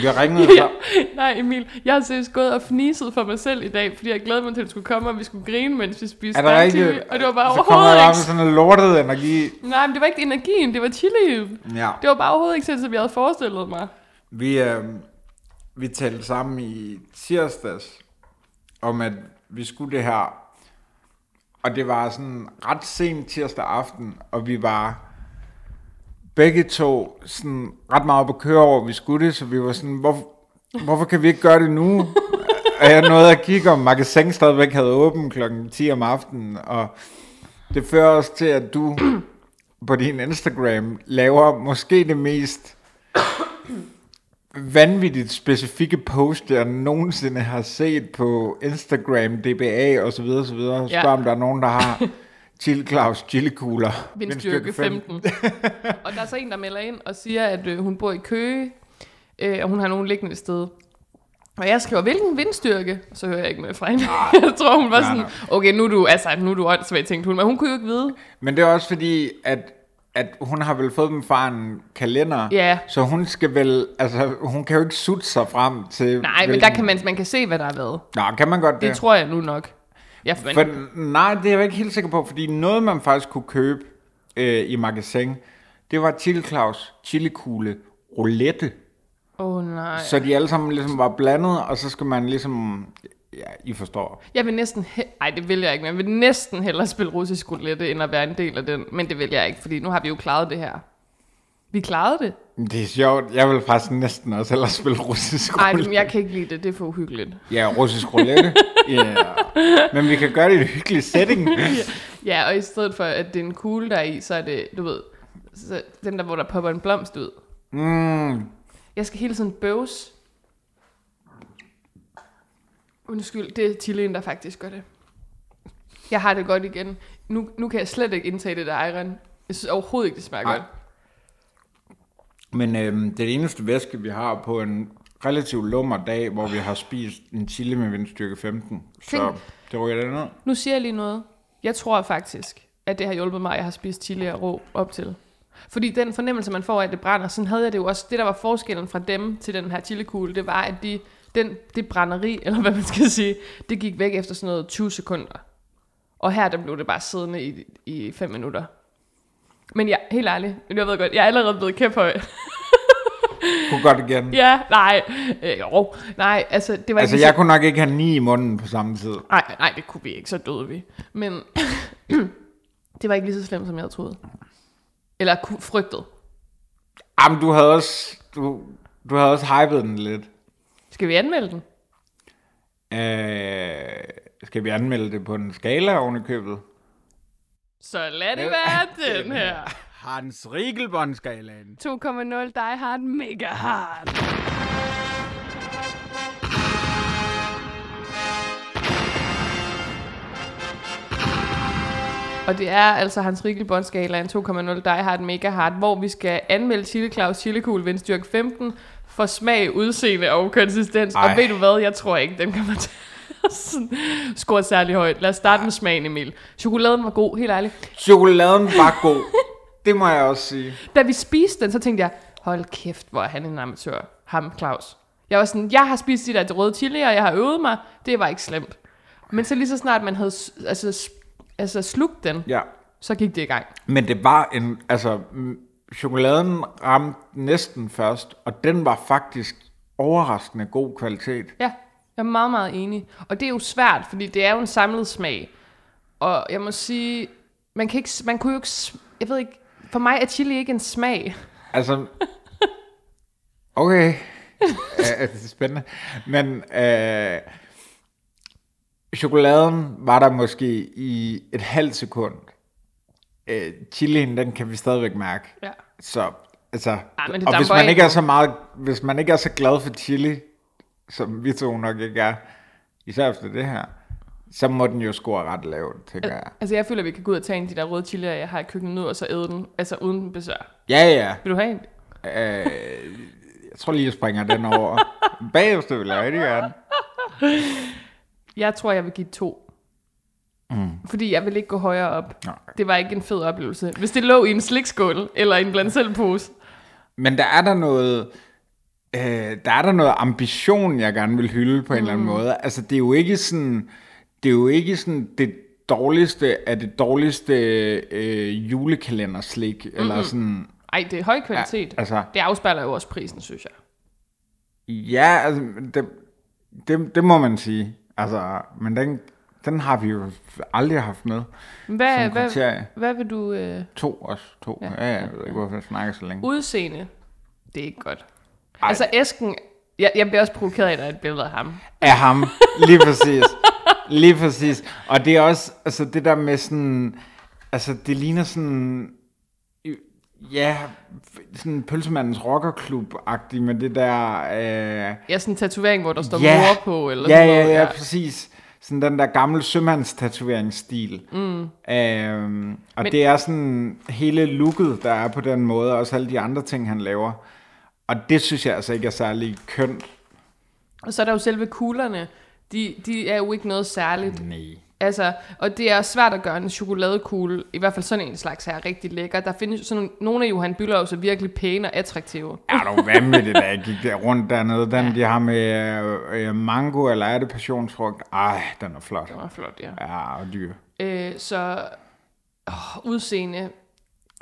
[SPEAKER 2] Vi har ringet ja.
[SPEAKER 1] Nej, Emil. Jeg har seriøst gået og fniset for mig selv i dag, fordi jeg glædede mig til, at du skulle komme, og vi skulle grine, mens vi spiste
[SPEAKER 2] Er det
[SPEAKER 1] stærk chili,
[SPEAKER 2] rigtigt?
[SPEAKER 1] Og det var bare
[SPEAKER 2] Så kommer jeg
[SPEAKER 1] overhovedet
[SPEAKER 2] bare
[SPEAKER 1] ikke...
[SPEAKER 2] med sådan en lortet energi.
[SPEAKER 1] Nej, men det var ikke energien, det var chili.
[SPEAKER 2] Ja.
[SPEAKER 1] Det var bare overhovedet ikke sådan, som jeg havde forestillet mig.
[SPEAKER 2] Vi, øh, vi talte sammen i tirsdags om, at vi skulle det her. Og det var sådan ret sent tirsdag aften, og vi var begge to sådan ret meget på køre over, at vi skulle det, så vi var sådan, hvorfor, hvorfor kan vi ikke gøre det nu? og jeg nåede at kigge, om magasin stadigvæk havde åbent klokken 10 om aftenen, og det fører os til, at du på din Instagram laver måske det mest vanvittigt specifikke post, jeg nogensinde har set på Instagram, DBA osv. Så videre, så videre. Spørg,
[SPEAKER 1] Ja.
[SPEAKER 2] om der er nogen, der har Chill Claus chillekugler.
[SPEAKER 1] vindstyrke 15. og der er så en, der melder ind og siger, at øh, hun bor i Køge, øh, og hun har nogen liggende et sted. Og jeg skriver, hvilken vindstyrke? Og så hører jeg ikke mere fra hende. jeg tror, hun var
[SPEAKER 2] Nej,
[SPEAKER 1] sådan, okay, nu er du, altså, nu er du åndssvagt, tænkte hun. Men hun kunne jo ikke vide.
[SPEAKER 2] Men det er også fordi, at, at hun har vel fået dem fra en kalender,
[SPEAKER 1] Ja.
[SPEAKER 2] så hun skal vel, altså hun kan jo ikke sutte sig frem til...
[SPEAKER 1] Nej, men
[SPEAKER 2] hvilken-
[SPEAKER 1] der kan man, man kan se, hvad der er lavet.
[SPEAKER 2] Nå, kan man godt det?
[SPEAKER 1] Det tror jeg nu nok. Jeg
[SPEAKER 2] For,
[SPEAKER 1] for...
[SPEAKER 2] nej, det er jeg ikke helt sikker på, fordi noget, man faktisk kunne købe øh, i magasin, det var Chili Claus chilikugle roulette.
[SPEAKER 1] oh, nej.
[SPEAKER 2] Så de alle sammen ligesom var blandet, og så skal man ligesom... Ja, I forstår.
[SPEAKER 1] Jeg vil næsten... He- Ej, det vil jeg ikke, men jeg vil næsten hellere spille russisk roulette, end at være en del af den. Men det vil jeg ikke, fordi nu har vi jo klaret det her. Vi klarede det.
[SPEAKER 2] Det er sjovt. Jeg vil faktisk næsten også ellers spille russisk
[SPEAKER 1] Nej,
[SPEAKER 2] roulette.
[SPEAKER 1] jeg kan ikke lide det. Det er for uhyggeligt.
[SPEAKER 2] Ja, russisk roulette. yeah. Men vi kan gøre det i en hyggelig setting.
[SPEAKER 1] Ja, og i stedet for, at det er en kugle, der er i, så er det, du ved, så den der, hvor der popper en blomst ud.
[SPEAKER 2] Mm.
[SPEAKER 1] Jeg skal hele tiden bøves. Undskyld, det er chilien, der faktisk gør det. Jeg har det godt igen. Nu, nu kan jeg slet ikke indtage det der iron. Jeg synes overhovedet ikke, det smager
[SPEAKER 2] Nej.
[SPEAKER 1] godt.
[SPEAKER 2] Men øhm, det er det eneste væske, vi har på en relativt lummer dag, hvor vi har spist en chili med vindstyrke 15. Så
[SPEAKER 1] Tænk-
[SPEAKER 2] det rykker den ned.
[SPEAKER 1] Nu siger jeg lige noget. Jeg tror faktisk, at det har hjulpet mig, at jeg har spist chili og rå op til. Fordi den fornemmelse, man får af, at det brænder, sådan havde jeg det jo også. Det, der var forskellen fra dem til den her chilikugle, det var, at de, den, det brænderi, eller hvad man skal sige, det gik væk efter sådan noget 20 sekunder. Og her, der blev det bare siddende i, i 5 minutter. Men ja, helt ærligt, jeg ved godt, jeg er allerede blevet kæphøj.
[SPEAKER 2] Kunne godt igen.
[SPEAKER 1] ja, nej, øh, jo, nej, altså det var
[SPEAKER 2] Altså,
[SPEAKER 1] lige så-
[SPEAKER 2] jeg kunne nok ikke have ni i munden på samme tid.
[SPEAKER 1] Nej, nej, det kunne vi ikke, så døde vi. Men det var ikke lige så slemt, som jeg havde troet. Eller ku- frygtet.
[SPEAKER 2] Jamen, du havde også, du, du havde også hypet den lidt.
[SPEAKER 1] Skal vi anmelde den?
[SPEAKER 2] Øh, skal vi anmelde det på en skala oven i købet?
[SPEAKER 1] Så lad det være den her.
[SPEAKER 2] Hans Riegelbånd-skalaen.
[SPEAKER 1] 2,0 Die Hard Mega Hard. Og det er altså Hans Riegelbåndskala en 2,0 Die Hard Mega Hard, hvor vi skal anmelde Chili Claus Chilekugle ved en styrke 15 for smag, udseende og konsistens. Ej.
[SPEAKER 2] Ej.
[SPEAKER 1] Og ved du hvad, jeg tror ikke, den kommer til at sådan score særlig højt. Lad os starte med smagen, Emil. Chokoladen var god, helt ærligt.
[SPEAKER 2] Chokoladen var god. det må jeg også sige.
[SPEAKER 1] Da vi spiste den, så tænkte jeg, hold kæft, hvor er han en amatør. Ham, Claus. Jeg var sådan, jeg har spist de der røde chili, og jeg har øvet mig. Det var ikke slemt. Men så lige så snart man havde s- altså, s- altså slugt den,
[SPEAKER 2] Ja.
[SPEAKER 1] så gik det i gang.
[SPEAKER 2] Men det var en, altså, mm, chokoladen ramte næsten først, og den var faktisk overraskende god kvalitet.
[SPEAKER 1] Ja, jeg er meget, meget enig. Og det er jo svært, fordi det er jo en samlet smag. Og jeg må sige, man, kan ikke, s- man kunne jo ikke, s- jeg ved ikke, for mig er chili ikke en smag.
[SPEAKER 2] Altså, okay. Øh, øh, det er spændende. Men øh, chokoladen var der måske i et halvt sekund. Øh, chilien, den kan vi stadigvæk mærke.
[SPEAKER 1] Ja.
[SPEAKER 2] Så, altså,
[SPEAKER 1] Ej, men det
[SPEAKER 2] og hvis
[SPEAKER 1] damper
[SPEAKER 2] man,
[SPEAKER 1] af.
[SPEAKER 2] ikke er så meget, hvis man ikke er så glad for chili, som vi to nok ikke er, især efter det her, så må den jo score ret lavt, tænker jeg.
[SPEAKER 1] Altså jeg føler, at vi kan gå ud og tage en af de der røde chilier, jeg har i køkkenet nu, og så æde den, altså uden besvær.
[SPEAKER 2] Ja, ja.
[SPEAKER 1] Vil du have en?
[SPEAKER 2] Øh, jeg tror lige, jeg springer den over. Bagefter vil jeg rigtig gerne.
[SPEAKER 1] Jeg tror, jeg vil give to. Mm. Fordi jeg vil ikke gå højere op.
[SPEAKER 2] Nej.
[SPEAKER 1] Det var ikke en fed oplevelse. Hvis det lå i en slikskål eller en blandt selv pose.
[SPEAKER 2] Men der er der noget... Øh, der er der noget ambition, jeg gerne vil hylde på en eller anden
[SPEAKER 1] Mm.
[SPEAKER 2] måde. Altså, det er jo ikke sådan... Det er jo ikke sådan det dårligste af det dårligste øh, julekalenderslik, mm-hmm. eller sådan...
[SPEAKER 1] Ej, det er høj kvalitet.
[SPEAKER 2] Ja, altså-
[SPEAKER 1] Det afspejler jo også prisen, synes jeg.
[SPEAKER 2] Ja, altså, det, det, det må man sige. Altså, men den, den har vi jo aldrig haft med.
[SPEAKER 1] Hvad,
[SPEAKER 2] Som
[SPEAKER 1] hvad,
[SPEAKER 2] kriterie.
[SPEAKER 1] hvad vil du... Øh,
[SPEAKER 2] To også, to. Ja, ja, jeg ved ikke, hvorfor jeg snakker så længe.
[SPEAKER 1] udseende? Det er ikke godt. Ej.
[SPEAKER 2] Ej.
[SPEAKER 1] Altså, Esken... Jeg, jeg bliver også provokeret af, at der er et billede af ham.
[SPEAKER 2] af ham. Lige præcis. Lige præcis. Og det er også, altså det der med sådan, altså det ligner sådan, ja, sådan pølsemandens rockerklub-agtig med det der, øh,
[SPEAKER 1] Jeg er sådan en tatovering, hvor der står
[SPEAKER 2] ja,
[SPEAKER 1] mor på, eller
[SPEAKER 2] ja,
[SPEAKER 1] sådan
[SPEAKER 2] ja,
[SPEAKER 1] noget.
[SPEAKER 2] ja, præcis. Sådan den der gamle sømandstatoveringsstil. Mm. Øhm, og
[SPEAKER 1] Men-
[SPEAKER 2] Men... det er sådan hele looket, der er på den måde, og også alle de andre ting, han laver. Og det synes jeg altså ikke er særlig kønt.
[SPEAKER 1] Og så er der jo selve kuglerne. De, de er jo ikke noget særligt.
[SPEAKER 2] Nej.
[SPEAKER 1] Altså, og det er svært at gøre en chokoladekugle, i hvert fald sådan en slags her, rigtig lækker. Der findes jo sådan nogle, nogle af Johan Byllovs er virkelig pæne og attraktive.
[SPEAKER 2] Er du vanvittig, da jeg gik der rundt dernede? Den, de har med øh, øh, mango, eller er det passionsfrugt? Ej, den er flot.
[SPEAKER 1] Det var flot, ja.
[SPEAKER 2] Ja, og dyr.
[SPEAKER 1] Øh, så åh, udseende.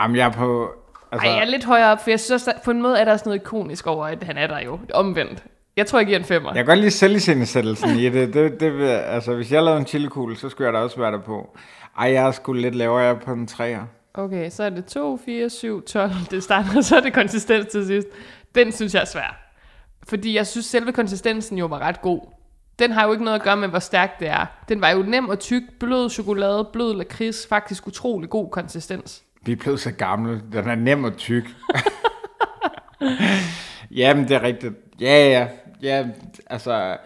[SPEAKER 2] Jamen, jeg er på... Altså,
[SPEAKER 1] Ej, jeg er lidt højere op, for jeg synes, også, der- på en måde er der sådan noget ikonisk over, at han er der jo. Omvendt. Jeg tror, jeg giver en femmer.
[SPEAKER 2] jeg kan godt lide selvisindesættelsen i det. det, det vil- altså, hvis jeg lavede en chilikugle, så skulle jeg da også være der på. Ej, jeg er sgu lidt lavere jeg er på en træer.
[SPEAKER 1] Okay, så er det 2, 4, 7, 12. Det starter, og så er det konsistens til sidst. Den synes jeg er svær. Fordi jeg synes, selve konsistensen jo var ret god. Den har jo ikke noget at gøre med, hvor stærk det er. Den var jo nem og tyk, blød chokolade, blød lakrids, faktisk utrolig god konsistens.
[SPEAKER 2] Vi er blevet så gamle. Den er nem og tyk. Jamen, det er rigtigt. Ja, ja. ja altså,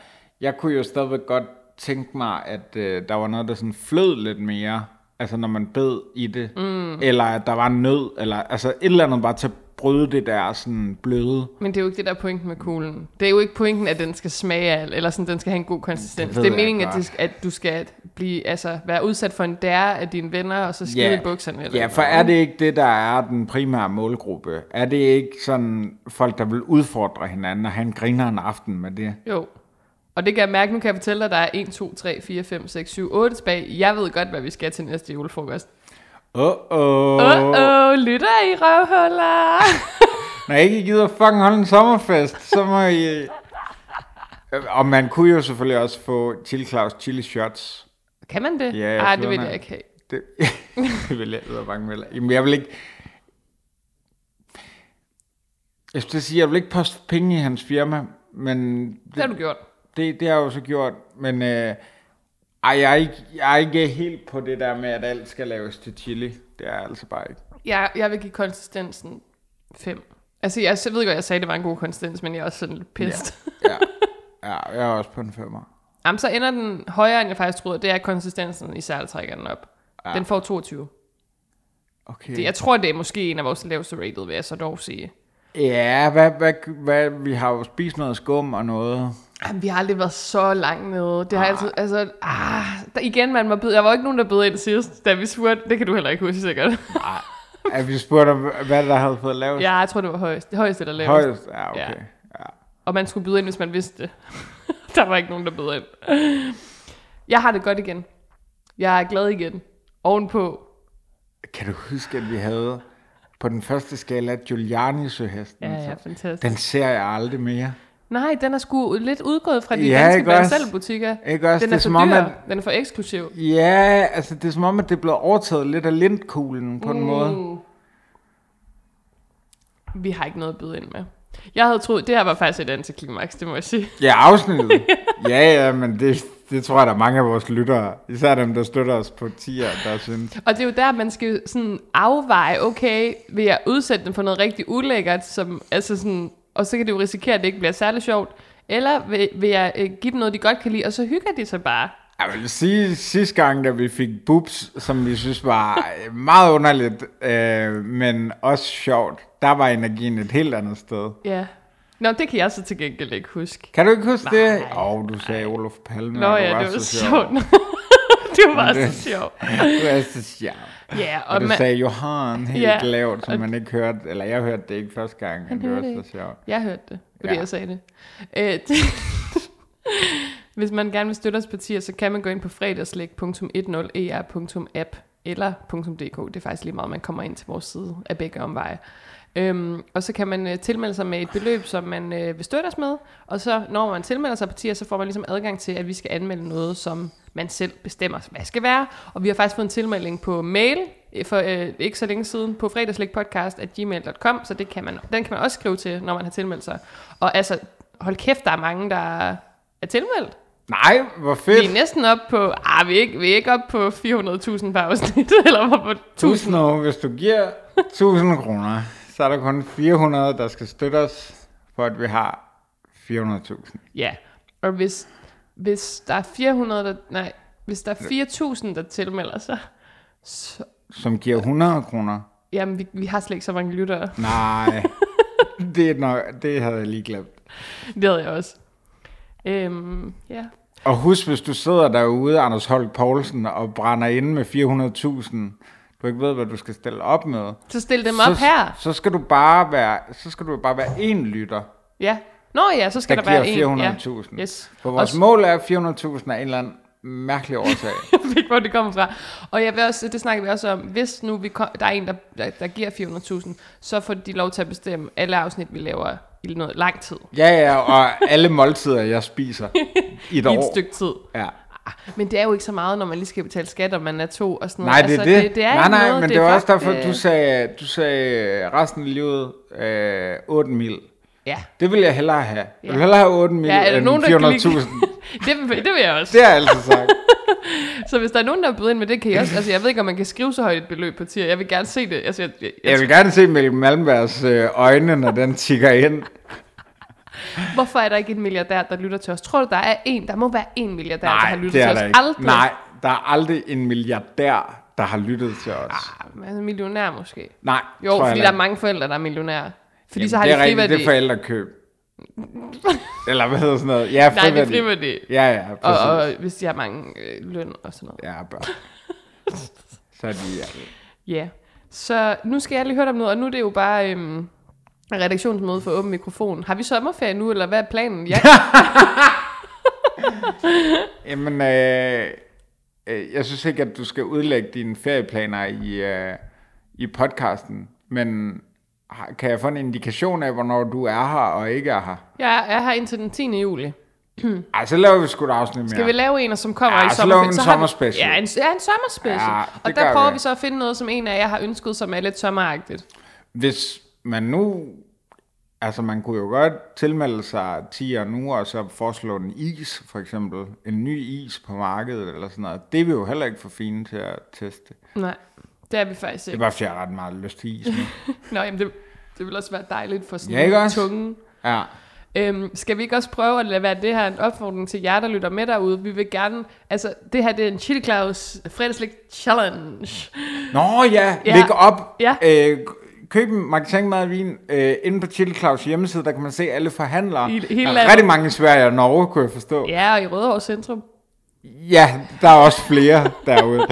[SPEAKER 2] jeg kunne jo stadigvæk godt tænke mig, at øh, der var noget, der sådan flød lidt mere. Altså, når man bed i det. Mm. Eller at der var nød. Eller, altså, et eller andet bare til at bryde det der sådan bløde.
[SPEAKER 1] Men det er jo ikke det, der er pointen med kuglen. Det er jo ikke pointen, at den skal smage af, eller sådan, den skal have en god konsistens.
[SPEAKER 2] Det
[SPEAKER 1] Det,
[SPEAKER 2] ved
[SPEAKER 1] det er
[SPEAKER 2] jeg
[SPEAKER 1] meningen, at,
[SPEAKER 2] godt.
[SPEAKER 1] det, skal- at du skal blive, altså, være udsat for en dære af dine venner, og så skide
[SPEAKER 2] Ja.
[SPEAKER 1] i bukserne. Eller
[SPEAKER 2] Ja, for er det ikke det, der er den primære målgruppe? Er det ikke sådan folk, der vil udfordre hinanden, og han griner en aften med det?
[SPEAKER 1] Jo. Og det kan jeg mærke, nu kan jeg fortælle dig, at der er 1, 2, 3, 4, 5, 6, 7, 8 tilbage. Jeg ved godt, hvad vi skal til næste julefrokost.
[SPEAKER 2] Åh-åh.
[SPEAKER 1] Åh, oh. oh, lytter I røvhuller?
[SPEAKER 2] Når I ikke gider fucking holde en sommerfest, så må I... Og man kunne jo selvfølgelig også få Chili Claus Chili Shots.
[SPEAKER 1] kan man det?
[SPEAKER 2] Ja,
[SPEAKER 1] Ej, det vil
[SPEAKER 2] fandme.
[SPEAKER 1] jeg ikke have.
[SPEAKER 2] Det, det vil jeg æde bange med. Jamen, jeg vil ikke... Jeg skulle til at sige, jeg vil ikke poste penge i hans firma, men
[SPEAKER 1] Det har du gjort.
[SPEAKER 2] det, det har jeg jo så gjort, men øh, ej, jeg, er ikke, jeg er ikke helt på det der med, at alt skal laves til chili. Det er jeg altså bare ikke.
[SPEAKER 1] Jeg, jeg vil give konsistensen 5. Altså, jeg, jeg ved godt, jeg sagde, at det var en god konsistens, men jeg er også sådan lidt pissed. Ja.
[SPEAKER 2] Ja, ja jeg er også på en femmer.
[SPEAKER 1] Jamen, så ender den højere, end jeg faktisk troede. Det er at konsistensen, især trækker den op. Ja. Den får 22.
[SPEAKER 2] Okay.
[SPEAKER 1] Det, jeg tror, det er måske en af vores laveste rated, vil jeg så dog sige.
[SPEAKER 2] Ja, hvad, hvad, hvad, vi har jo spist noget skum og noget.
[SPEAKER 1] Jamen, vi har aldrig været så langt nede. Det har altid, altså, ah, der, igen, man må byde. Der var ikke nogen, der bød ind sidst, da vi spurgte. Det kan du heller ikke huske sikkert.
[SPEAKER 2] At vi spurgte om, hvad der havde fået lavet.
[SPEAKER 1] ja, jeg tror, det var højst. Det højeste, der lavede.
[SPEAKER 2] Højst, ja, okay.
[SPEAKER 1] Ja.
[SPEAKER 2] Ja.
[SPEAKER 1] Og man skulle byde ind, hvis man vidste det. der var ikke nogen, der bød ind. Jeg har det godt igen. Jeg er glad igen. Ovenpå.
[SPEAKER 2] Kan du huske, at vi havde på den første skala Giuliani-søhesten?
[SPEAKER 1] Ja, ja, fantastisk. Den...
[SPEAKER 2] Den ser jeg aldrig mere.
[SPEAKER 1] Nej, den er sgu lidt udgået fra de
[SPEAKER 2] Ja,
[SPEAKER 1] ja, danske
[SPEAKER 2] ikke også?
[SPEAKER 1] butikker.
[SPEAKER 2] Ikke også?
[SPEAKER 1] Den er
[SPEAKER 2] Det er
[SPEAKER 1] for
[SPEAKER 2] som om,
[SPEAKER 1] dyr.
[SPEAKER 2] at-
[SPEAKER 1] Den er for eksklusiv.
[SPEAKER 2] Ja, altså det er som om, at det er blevet overtaget lidt af lintkuglen på mm. en måde.
[SPEAKER 1] Uh. Vi har ikke noget at byde ind med. Jeg havde troet, det her var faktisk et antiklimaks, det må jeg sige.
[SPEAKER 2] Ja, afsnittet. ja, ja, men det, det tror jeg, der er mange af vores lyttere, især dem, der støtter os på tier, der synes.
[SPEAKER 1] Og det er jo der, man skal sådan afveje, okay, vil jeg udsætte den for noget rigtig ulækkert, som, altså sådan, og så kan det jo risikere, at det ikke bliver særlig sjovt. Eller vil, vil jeg øh, give dem noget, de godt kan lide, og så hygger de sig bare.
[SPEAKER 2] Jeg vil sige, sidste gang, da vi fik boobs, som vi synes var meget underligt, øh, men også sjovt, der var energien et helt andet sted.
[SPEAKER 1] Ja. Nå, det kan jeg så til gengæld ikke huske.
[SPEAKER 2] Kan du ikke huske nej, det? Åh, oh, du sagde Olof Palme.
[SPEAKER 1] Nå
[SPEAKER 2] og du
[SPEAKER 1] ja,
[SPEAKER 2] var
[SPEAKER 1] det var
[SPEAKER 2] så
[SPEAKER 1] sjovt. det var bare så
[SPEAKER 2] det-
[SPEAKER 1] sjovt.
[SPEAKER 2] Du er så sjov.
[SPEAKER 1] Ja,
[SPEAKER 2] Og
[SPEAKER 1] og
[SPEAKER 2] du
[SPEAKER 1] man,
[SPEAKER 2] sagde Johan helt
[SPEAKER 1] Ja,
[SPEAKER 2] lavt, så
[SPEAKER 1] og-
[SPEAKER 2] man ikke hørte, eller jeg hørte det ikke første gang, men det var
[SPEAKER 1] hørte det
[SPEAKER 2] så sjovt.
[SPEAKER 1] Jeg hørte det, fordi
[SPEAKER 2] Ja.
[SPEAKER 1] ja. jeg sagde det. Øh, det Hvis man gerne vil støtte os partier, så kan man gå ind på e fredagslæg.10er.app eller .dk. Det er faktisk lige meget, man kommer ind til vores side af begge omveje. Øhm, og så kan man øh, tilmelde sig med et beløb, som man øh, vil støtte os med. Og så når man tilmelder sig partier, så får man ligesom adgang til, at vi skal anmelde noget, som man selv bestemmer, hvad skal være. Og vi har faktisk fået en tilmelding på mail øh, for øh, ikke så længe siden på fredagslægpodcast.gmail.com, så det kan man, den kan man også skrive til, når man har tilmeldt sig. Og altså, hold kæft, der er mange, der er tilmeldt.
[SPEAKER 2] Nej, hvor
[SPEAKER 1] Vi er
[SPEAKER 2] fedt.
[SPEAKER 1] næsten op på, ah, vi er ikke, vi er ikke op på 400.000 per afsnit, eller hvor på 1000.
[SPEAKER 2] Tusind år, hvis du giver 1000 kroner, så er der kun 400, der skal støtte os, for at vi har 400.000.
[SPEAKER 1] Ja, og hvis, hvis der er 400, der, nej, hvis der er 4.000, der tilmelder sig,
[SPEAKER 2] Som giver 100 kroner.
[SPEAKER 1] jamen vi, vi har slet ikke så mange lyttere.
[SPEAKER 2] Nej, det, er nok, det havde jeg lige glemt.
[SPEAKER 1] Det havde jeg også. Øhm, ja.
[SPEAKER 2] Og husk, hvis du sidder derude, Anders Holk Poulsen, og brænder inde med 400.000, du ikke ved, hvad du skal stille op med.
[SPEAKER 1] Så stil dem op
[SPEAKER 2] så,
[SPEAKER 1] her.
[SPEAKER 2] Så skal du bare være, så skal du bare være én lytter,
[SPEAKER 1] Ja. Nå ja, så skal
[SPEAKER 2] der
[SPEAKER 1] der, være en.
[SPEAKER 2] giver
[SPEAKER 1] ja.
[SPEAKER 2] 400.000.
[SPEAKER 1] Yes.
[SPEAKER 2] For vores
[SPEAKER 1] Også-
[SPEAKER 2] mål er 400.000 af en eller anden mærkelig årsag.
[SPEAKER 1] Jeg ved ikke, hvor det kommer fra. Og jeg vil også, det snakker vi også om, hvis nu vi kom, der er en, der, der, der giver 400.000, så får de lov til at bestemme alle afsnit, vi laver i noget lang tid.
[SPEAKER 2] ja, ja, og alle måltider, jeg spiser i et
[SPEAKER 1] I et
[SPEAKER 2] år.
[SPEAKER 1] stykke tid. Ah,
[SPEAKER 2] Ja.
[SPEAKER 1] Men det er jo ikke så meget, når man lige skal betale skat, og man er to og sådan
[SPEAKER 2] Nej,
[SPEAKER 1] noget.
[SPEAKER 2] det er det.
[SPEAKER 1] altså, det, det er
[SPEAKER 2] nej,
[SPEAKER 1] ikke
[SPEAKER 2] nej,
[SPEAKER 1] noget,
[SPEAKER 2] men det var også
[SPEAKER 1] faktisk,
[SPEAKER 2] derfor, du
[SPEAKER 1] øh,
[SPEAKER 2] sagde, du sagde resten af livet øh, 8 mil.
[SPEAKER 1] Ja,
[SPEAKER 2] Det vil jeg hellere have. Jeg
[SPEAKER 1] Ja.
[SPEAKER 2] vil hellere have 8 mil
[SPEAKER 1] Ja, er der
[SPEAKER 2] ja, end
[SPEAKER 1] nogen, der kan lide-
[SPEAKER 2] 400.000.
[SPEAKER 1] det, vil- det vil jeg også.
[SPEAKER 2] Det har jeg altid sagt.
[SPEAKER 1] Så hvis der er nogen, der er blevet ind med det, kan jeg også... Altså, jeg ved ikke, om man kan skrive så højt et beløb på tier. Jeg vil gerne se det. Altså, jeg, jeg,
[SPEAKER 2] Jeg vil gerne se Mikkel Malmbergs øh, øjne, når den tigger ind.
[SPEAKER 1] altså, Hvorfor er der ikke en milliardær, der lytter til os? Tror du, der er en? Der må være en milliardær, der har lyttet
[SPEAKER 2] det er
[SPEAKER 1] til
[SPEAKER 2] der
[SPEAKER 1] os.
[SPEAKER 2] ikke.
[SPEAKER 1] Aldrig.
[SPEAKER 2] Nej, der er aldrig en milliardær, der har lyttet til os. Ah,
[SPEAKER 1] Man er altså, millionær måske.
[SPEAKER 2] nej,
[SPEAKER 1] Jo,
[SPEAKER 2] tror jeg
[SPEAKER 1] fordi
[SPEAKER 2] heller
[SPEAKER 1] der er
[SPEAKER 2] ikke.
[SPEAKER 1] mange forældre, der er millionærer. Fordi
[SPEAKER 2] Jamen,
[SPEAKER 1] så har
[SPEAKER 2] det er
[SPEAKER 1] de
[SPEAKER 2] rigtigt, det er
[SPEAKER 1] friværdi.
[SPEAKER 2] forældrekøb. Eller hvad hedder sådan noget? Ja,
[SPEAKER 1] Nej, det er
[SPEAKER 2] friværdi.
[SPEAKER 1] friværdi.
[SPEAKER 2] Ja, ja,
[SPEAKER 1] Og,
[SPEAKER 2] præcis. Og, og...
[SPEAKER 1] og hvis de har mange øh, løn og sådan noget.
[SPEAKER 2] Ja, børn. Så er de... Ja.
[SPEAKER 1] Ja. Så nu skal jeg lige høre dig om noget, og nu er det jo bare øhm, redaktionsmøde for åben mikrofon. Har vi sommerferie nu, eller hvad er planen? Ja,
[SPEAKER 2] Jamen, øh, øh, jeg synes ikke, at du skal udlægge dine ferieplaner i, øh, i podcasten, men har- kan jeg få en indikation af, hvornår du er her og ikke er her?
[SPEAKER 1] jeg er her indtil den 10. juli.
[SPEAKER 2] Ej, så laver vi sgu da afsnit mere.
[SPEAKER 1] Skal vi lave en, og som kommer
[SPEAKER 2] Ja,
[SPEAKER 1] i
[SPEAKER 2] så laver vi
[SPEAKER 1] sommerferien?
[SPEAKER 2] en
[SPEAKER 1] har vi-
[SPEAKER 2] sommerspecial.
[SPEAKER 1] Ja, en, ja, en sommerspecial.
[SPEAKER 2] Ja,
[SPEAKER 1] og
[SPEAKER 2] det
[SPEAKER 1] der
[SPEAKER 2] gør
[SPEAKER 1] prøver
[SPEAKER 2] vi.
[SPEAKER 1] vi så at finde noget, som en af jer har ønsket, som er lidt sommeragtigt.
[SPEAKER 2] Hvis man nu... Altså, man kunne jo godt tilmelde sig 10 nu, og så foreslå en is, for eksempel. En ny is på markedet, eller sådan noget. Det er vi jo heller ikke for fine til at teste.
[SPEAKER 1] Nej, det er vi faktisk
[SPEAKER 2] Det er
[SPEAKER 1] ikke.
[SPEAKER 2] bare, fordi jeg har ret meget lyst til is nu.
[SPEAKER 1] Nå, jamen det, det vil også være dejligt for
[SPEAKER 2] Ja,
[SPEAKER 1] sådan
[SPEAKER 2] ikke
[SPEAKER 1] ja,
[SPEAKER 2] også?
[SPEAKER 1] tunge.
[SPEAKER 2] Ja.
[SPEAKER 1] Øhm, skal vi ikke også prøve at lade være det her en opfordring til jer, der lytter med derude? Vi vil gerne... Altså, det her det er en Chili Claus fredagslik challenge.
[SPEAKER 2] Nå ja,
[SPEAKER 1] Ja.
[SPEAKER 2] ja. læg op.
[SPEAKER 1] Ja.
[SPEAKER 2] Øh, køb en magasin meget vin øh, inde på Chili Claus hjemmeside, der kan man se alle forhandlere.
[SPEAKER 1] I hele
[SPEAKER 2] der
[SPEAKER 1] landet.
[SPEAKER 2] er rigtig mange i Sverige og Norge, kunne jeg forstå. Ja,
[SPEAKER 1] Ja, og i Rødovre Centrum.
[SPEAKER 2] ja der er også flere derude.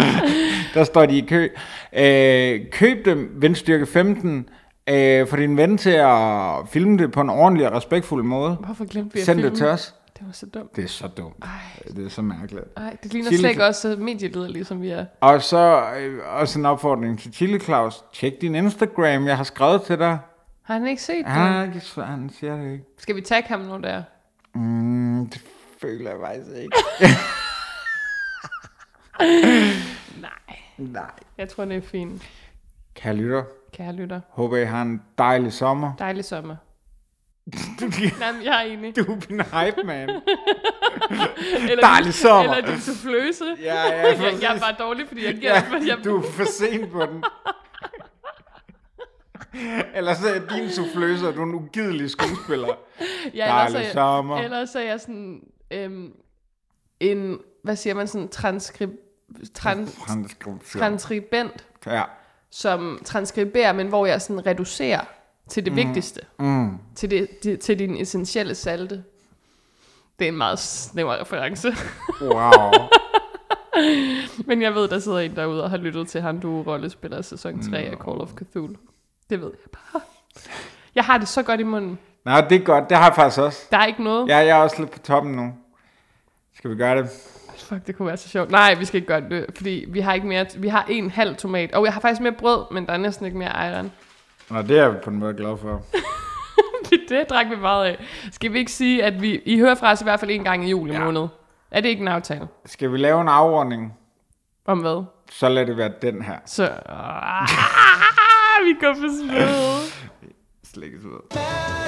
[SPEAKER 2] Der står de i kø. Øh, køb dem, vindstyrke 15, øh, for din ven til at filme det på en ordentlig og respektfuld måde.
[SPEAKER 1] Hvorfor glemte vi at
[SPEAKER 2] Send det
[SPEAKER 1] filme?
[SPEAKER 2] til os.
[SPEAKER 1] Det var så dumt.
[SPEAKER 2] Det er så dumt. Ej. Det er så mærkeligt.
[SPEAKER 1] Nej, det ligner
[SPEAKER 2] Chili-
[SPEAKER 1] slet ikke også medielederlige, som vi er.
[SPEAKER 2] Og så øh, også en opfordring til Chili Claus. Tjek din Instagram, jeg har skrevet til dig.
[SPEAKER 1] Har han ikke set det?
[SPEAKER 2] Han, er ikke, så- han siger det ikke.
[SPEAKER 1] Skal vi tagge ham nu der?
[SPEAKER 2] Mm, det føler jeg faktisk ikke.
[SPEAKER 1] Nej.
[SPEAKER 2] Nej.
[SPEAKER 1] Jeg tror, det er fint.
[SPEAKER 2] Kære lytter,
[SPEAKER 1] Kære lytter.
[SPEAKER 2] håber I har en dejlig sommer.
[SPEAKER 1] Dejlig sommer.
[SPEAKER 2] Du,
[SPEAKER 1] Nej, men jeg er enig.
[SPEAKER 2] du er en hype, man.
[SPEAKER 1] Eller,
[SPEAKER 2] Dejlig sommer.
[SPEAKER 1] Eller du er så fløse.
[SPEAKER 2] Ja, ja,
[SPEAKER 1] jeg, jeg er
[SPEAKER 2] præcis.
[SPEAKER 1] bare dårlig, fordi jeg giver
[SPEAKER 2] Ja,
[SPEAKER 1] ja, jeg,
[SPEAKER 2] du er for sent på den. Ellers er din souffløse, og du er en ugidelig skuespiller.
[SPEAKER 1] ja, ellers er
[SPEAKER 2] dejlig
[SPEAKER 1] jeg-
[SPEAKER 2] sommer.
[SPEAKER 1] Ellers er jeg sådan øhm, en, hvad siger man sådan, transkrib,
[SPEAKER 2] Uh,
[SPEAKER 1] trans,
[SPEAKER 2] Fransk-
[SPEAKER 1] transkribent,
[SPEAKER 2] Ja.
[SPEAKER 1] som transkriberer, men hvor jeg sådan reducerer til det mm. vigtigste. Mm. Til, det, det, til din essentielle salte. Det er en meget snæver reference.
[SPEAKER 2] Wow.
[SPEAKER 1] Men jeg ved, der sidder en derude og har lyttet til han, du rollespiller sæson 3 af Call of Cthulhu. Det ved jeg bare. Jeg har det så godt i munden.
[SPEAKER 2] Nå, det er godt. Det har jeg faktisk også.
[SPEAKER 1] Der er ikke noget.
[SPEAKER 2] Ja, jeg er også lidt på toppen nu. Skal vi gøre det?
[SPEAKER 1] Fuck, det kunne være så sjovt. Nej, vi skal ikke gøre det, fordi vi har ikke mere. Vi har en halv tomat. Og jeg har faktisk mere brød, men der er næsten ikke mere ejeren.
[SPEAKER 2] Nå, det er jeg på en måde glad for.
[SPEAKER 1] det drak vi meget af. Skal vi ikke sige, at vi, I hører fra os i hvert fald en gang i juli ja.
[SPEAKER 2] Ja.
[SPEAKER 1] måned? Er det ikke en aftale?
[SPEAKER 2] Skal vi lave en afrunding?
[SPEAKER 1] Om hvad?
[SPEAKER 2] Så lad det være den her.
[SPEAKER 1] Så... Ah, vi går for smed.
[SPEAKER 2] Slikkes ud.
[SPEAKER 6] Mad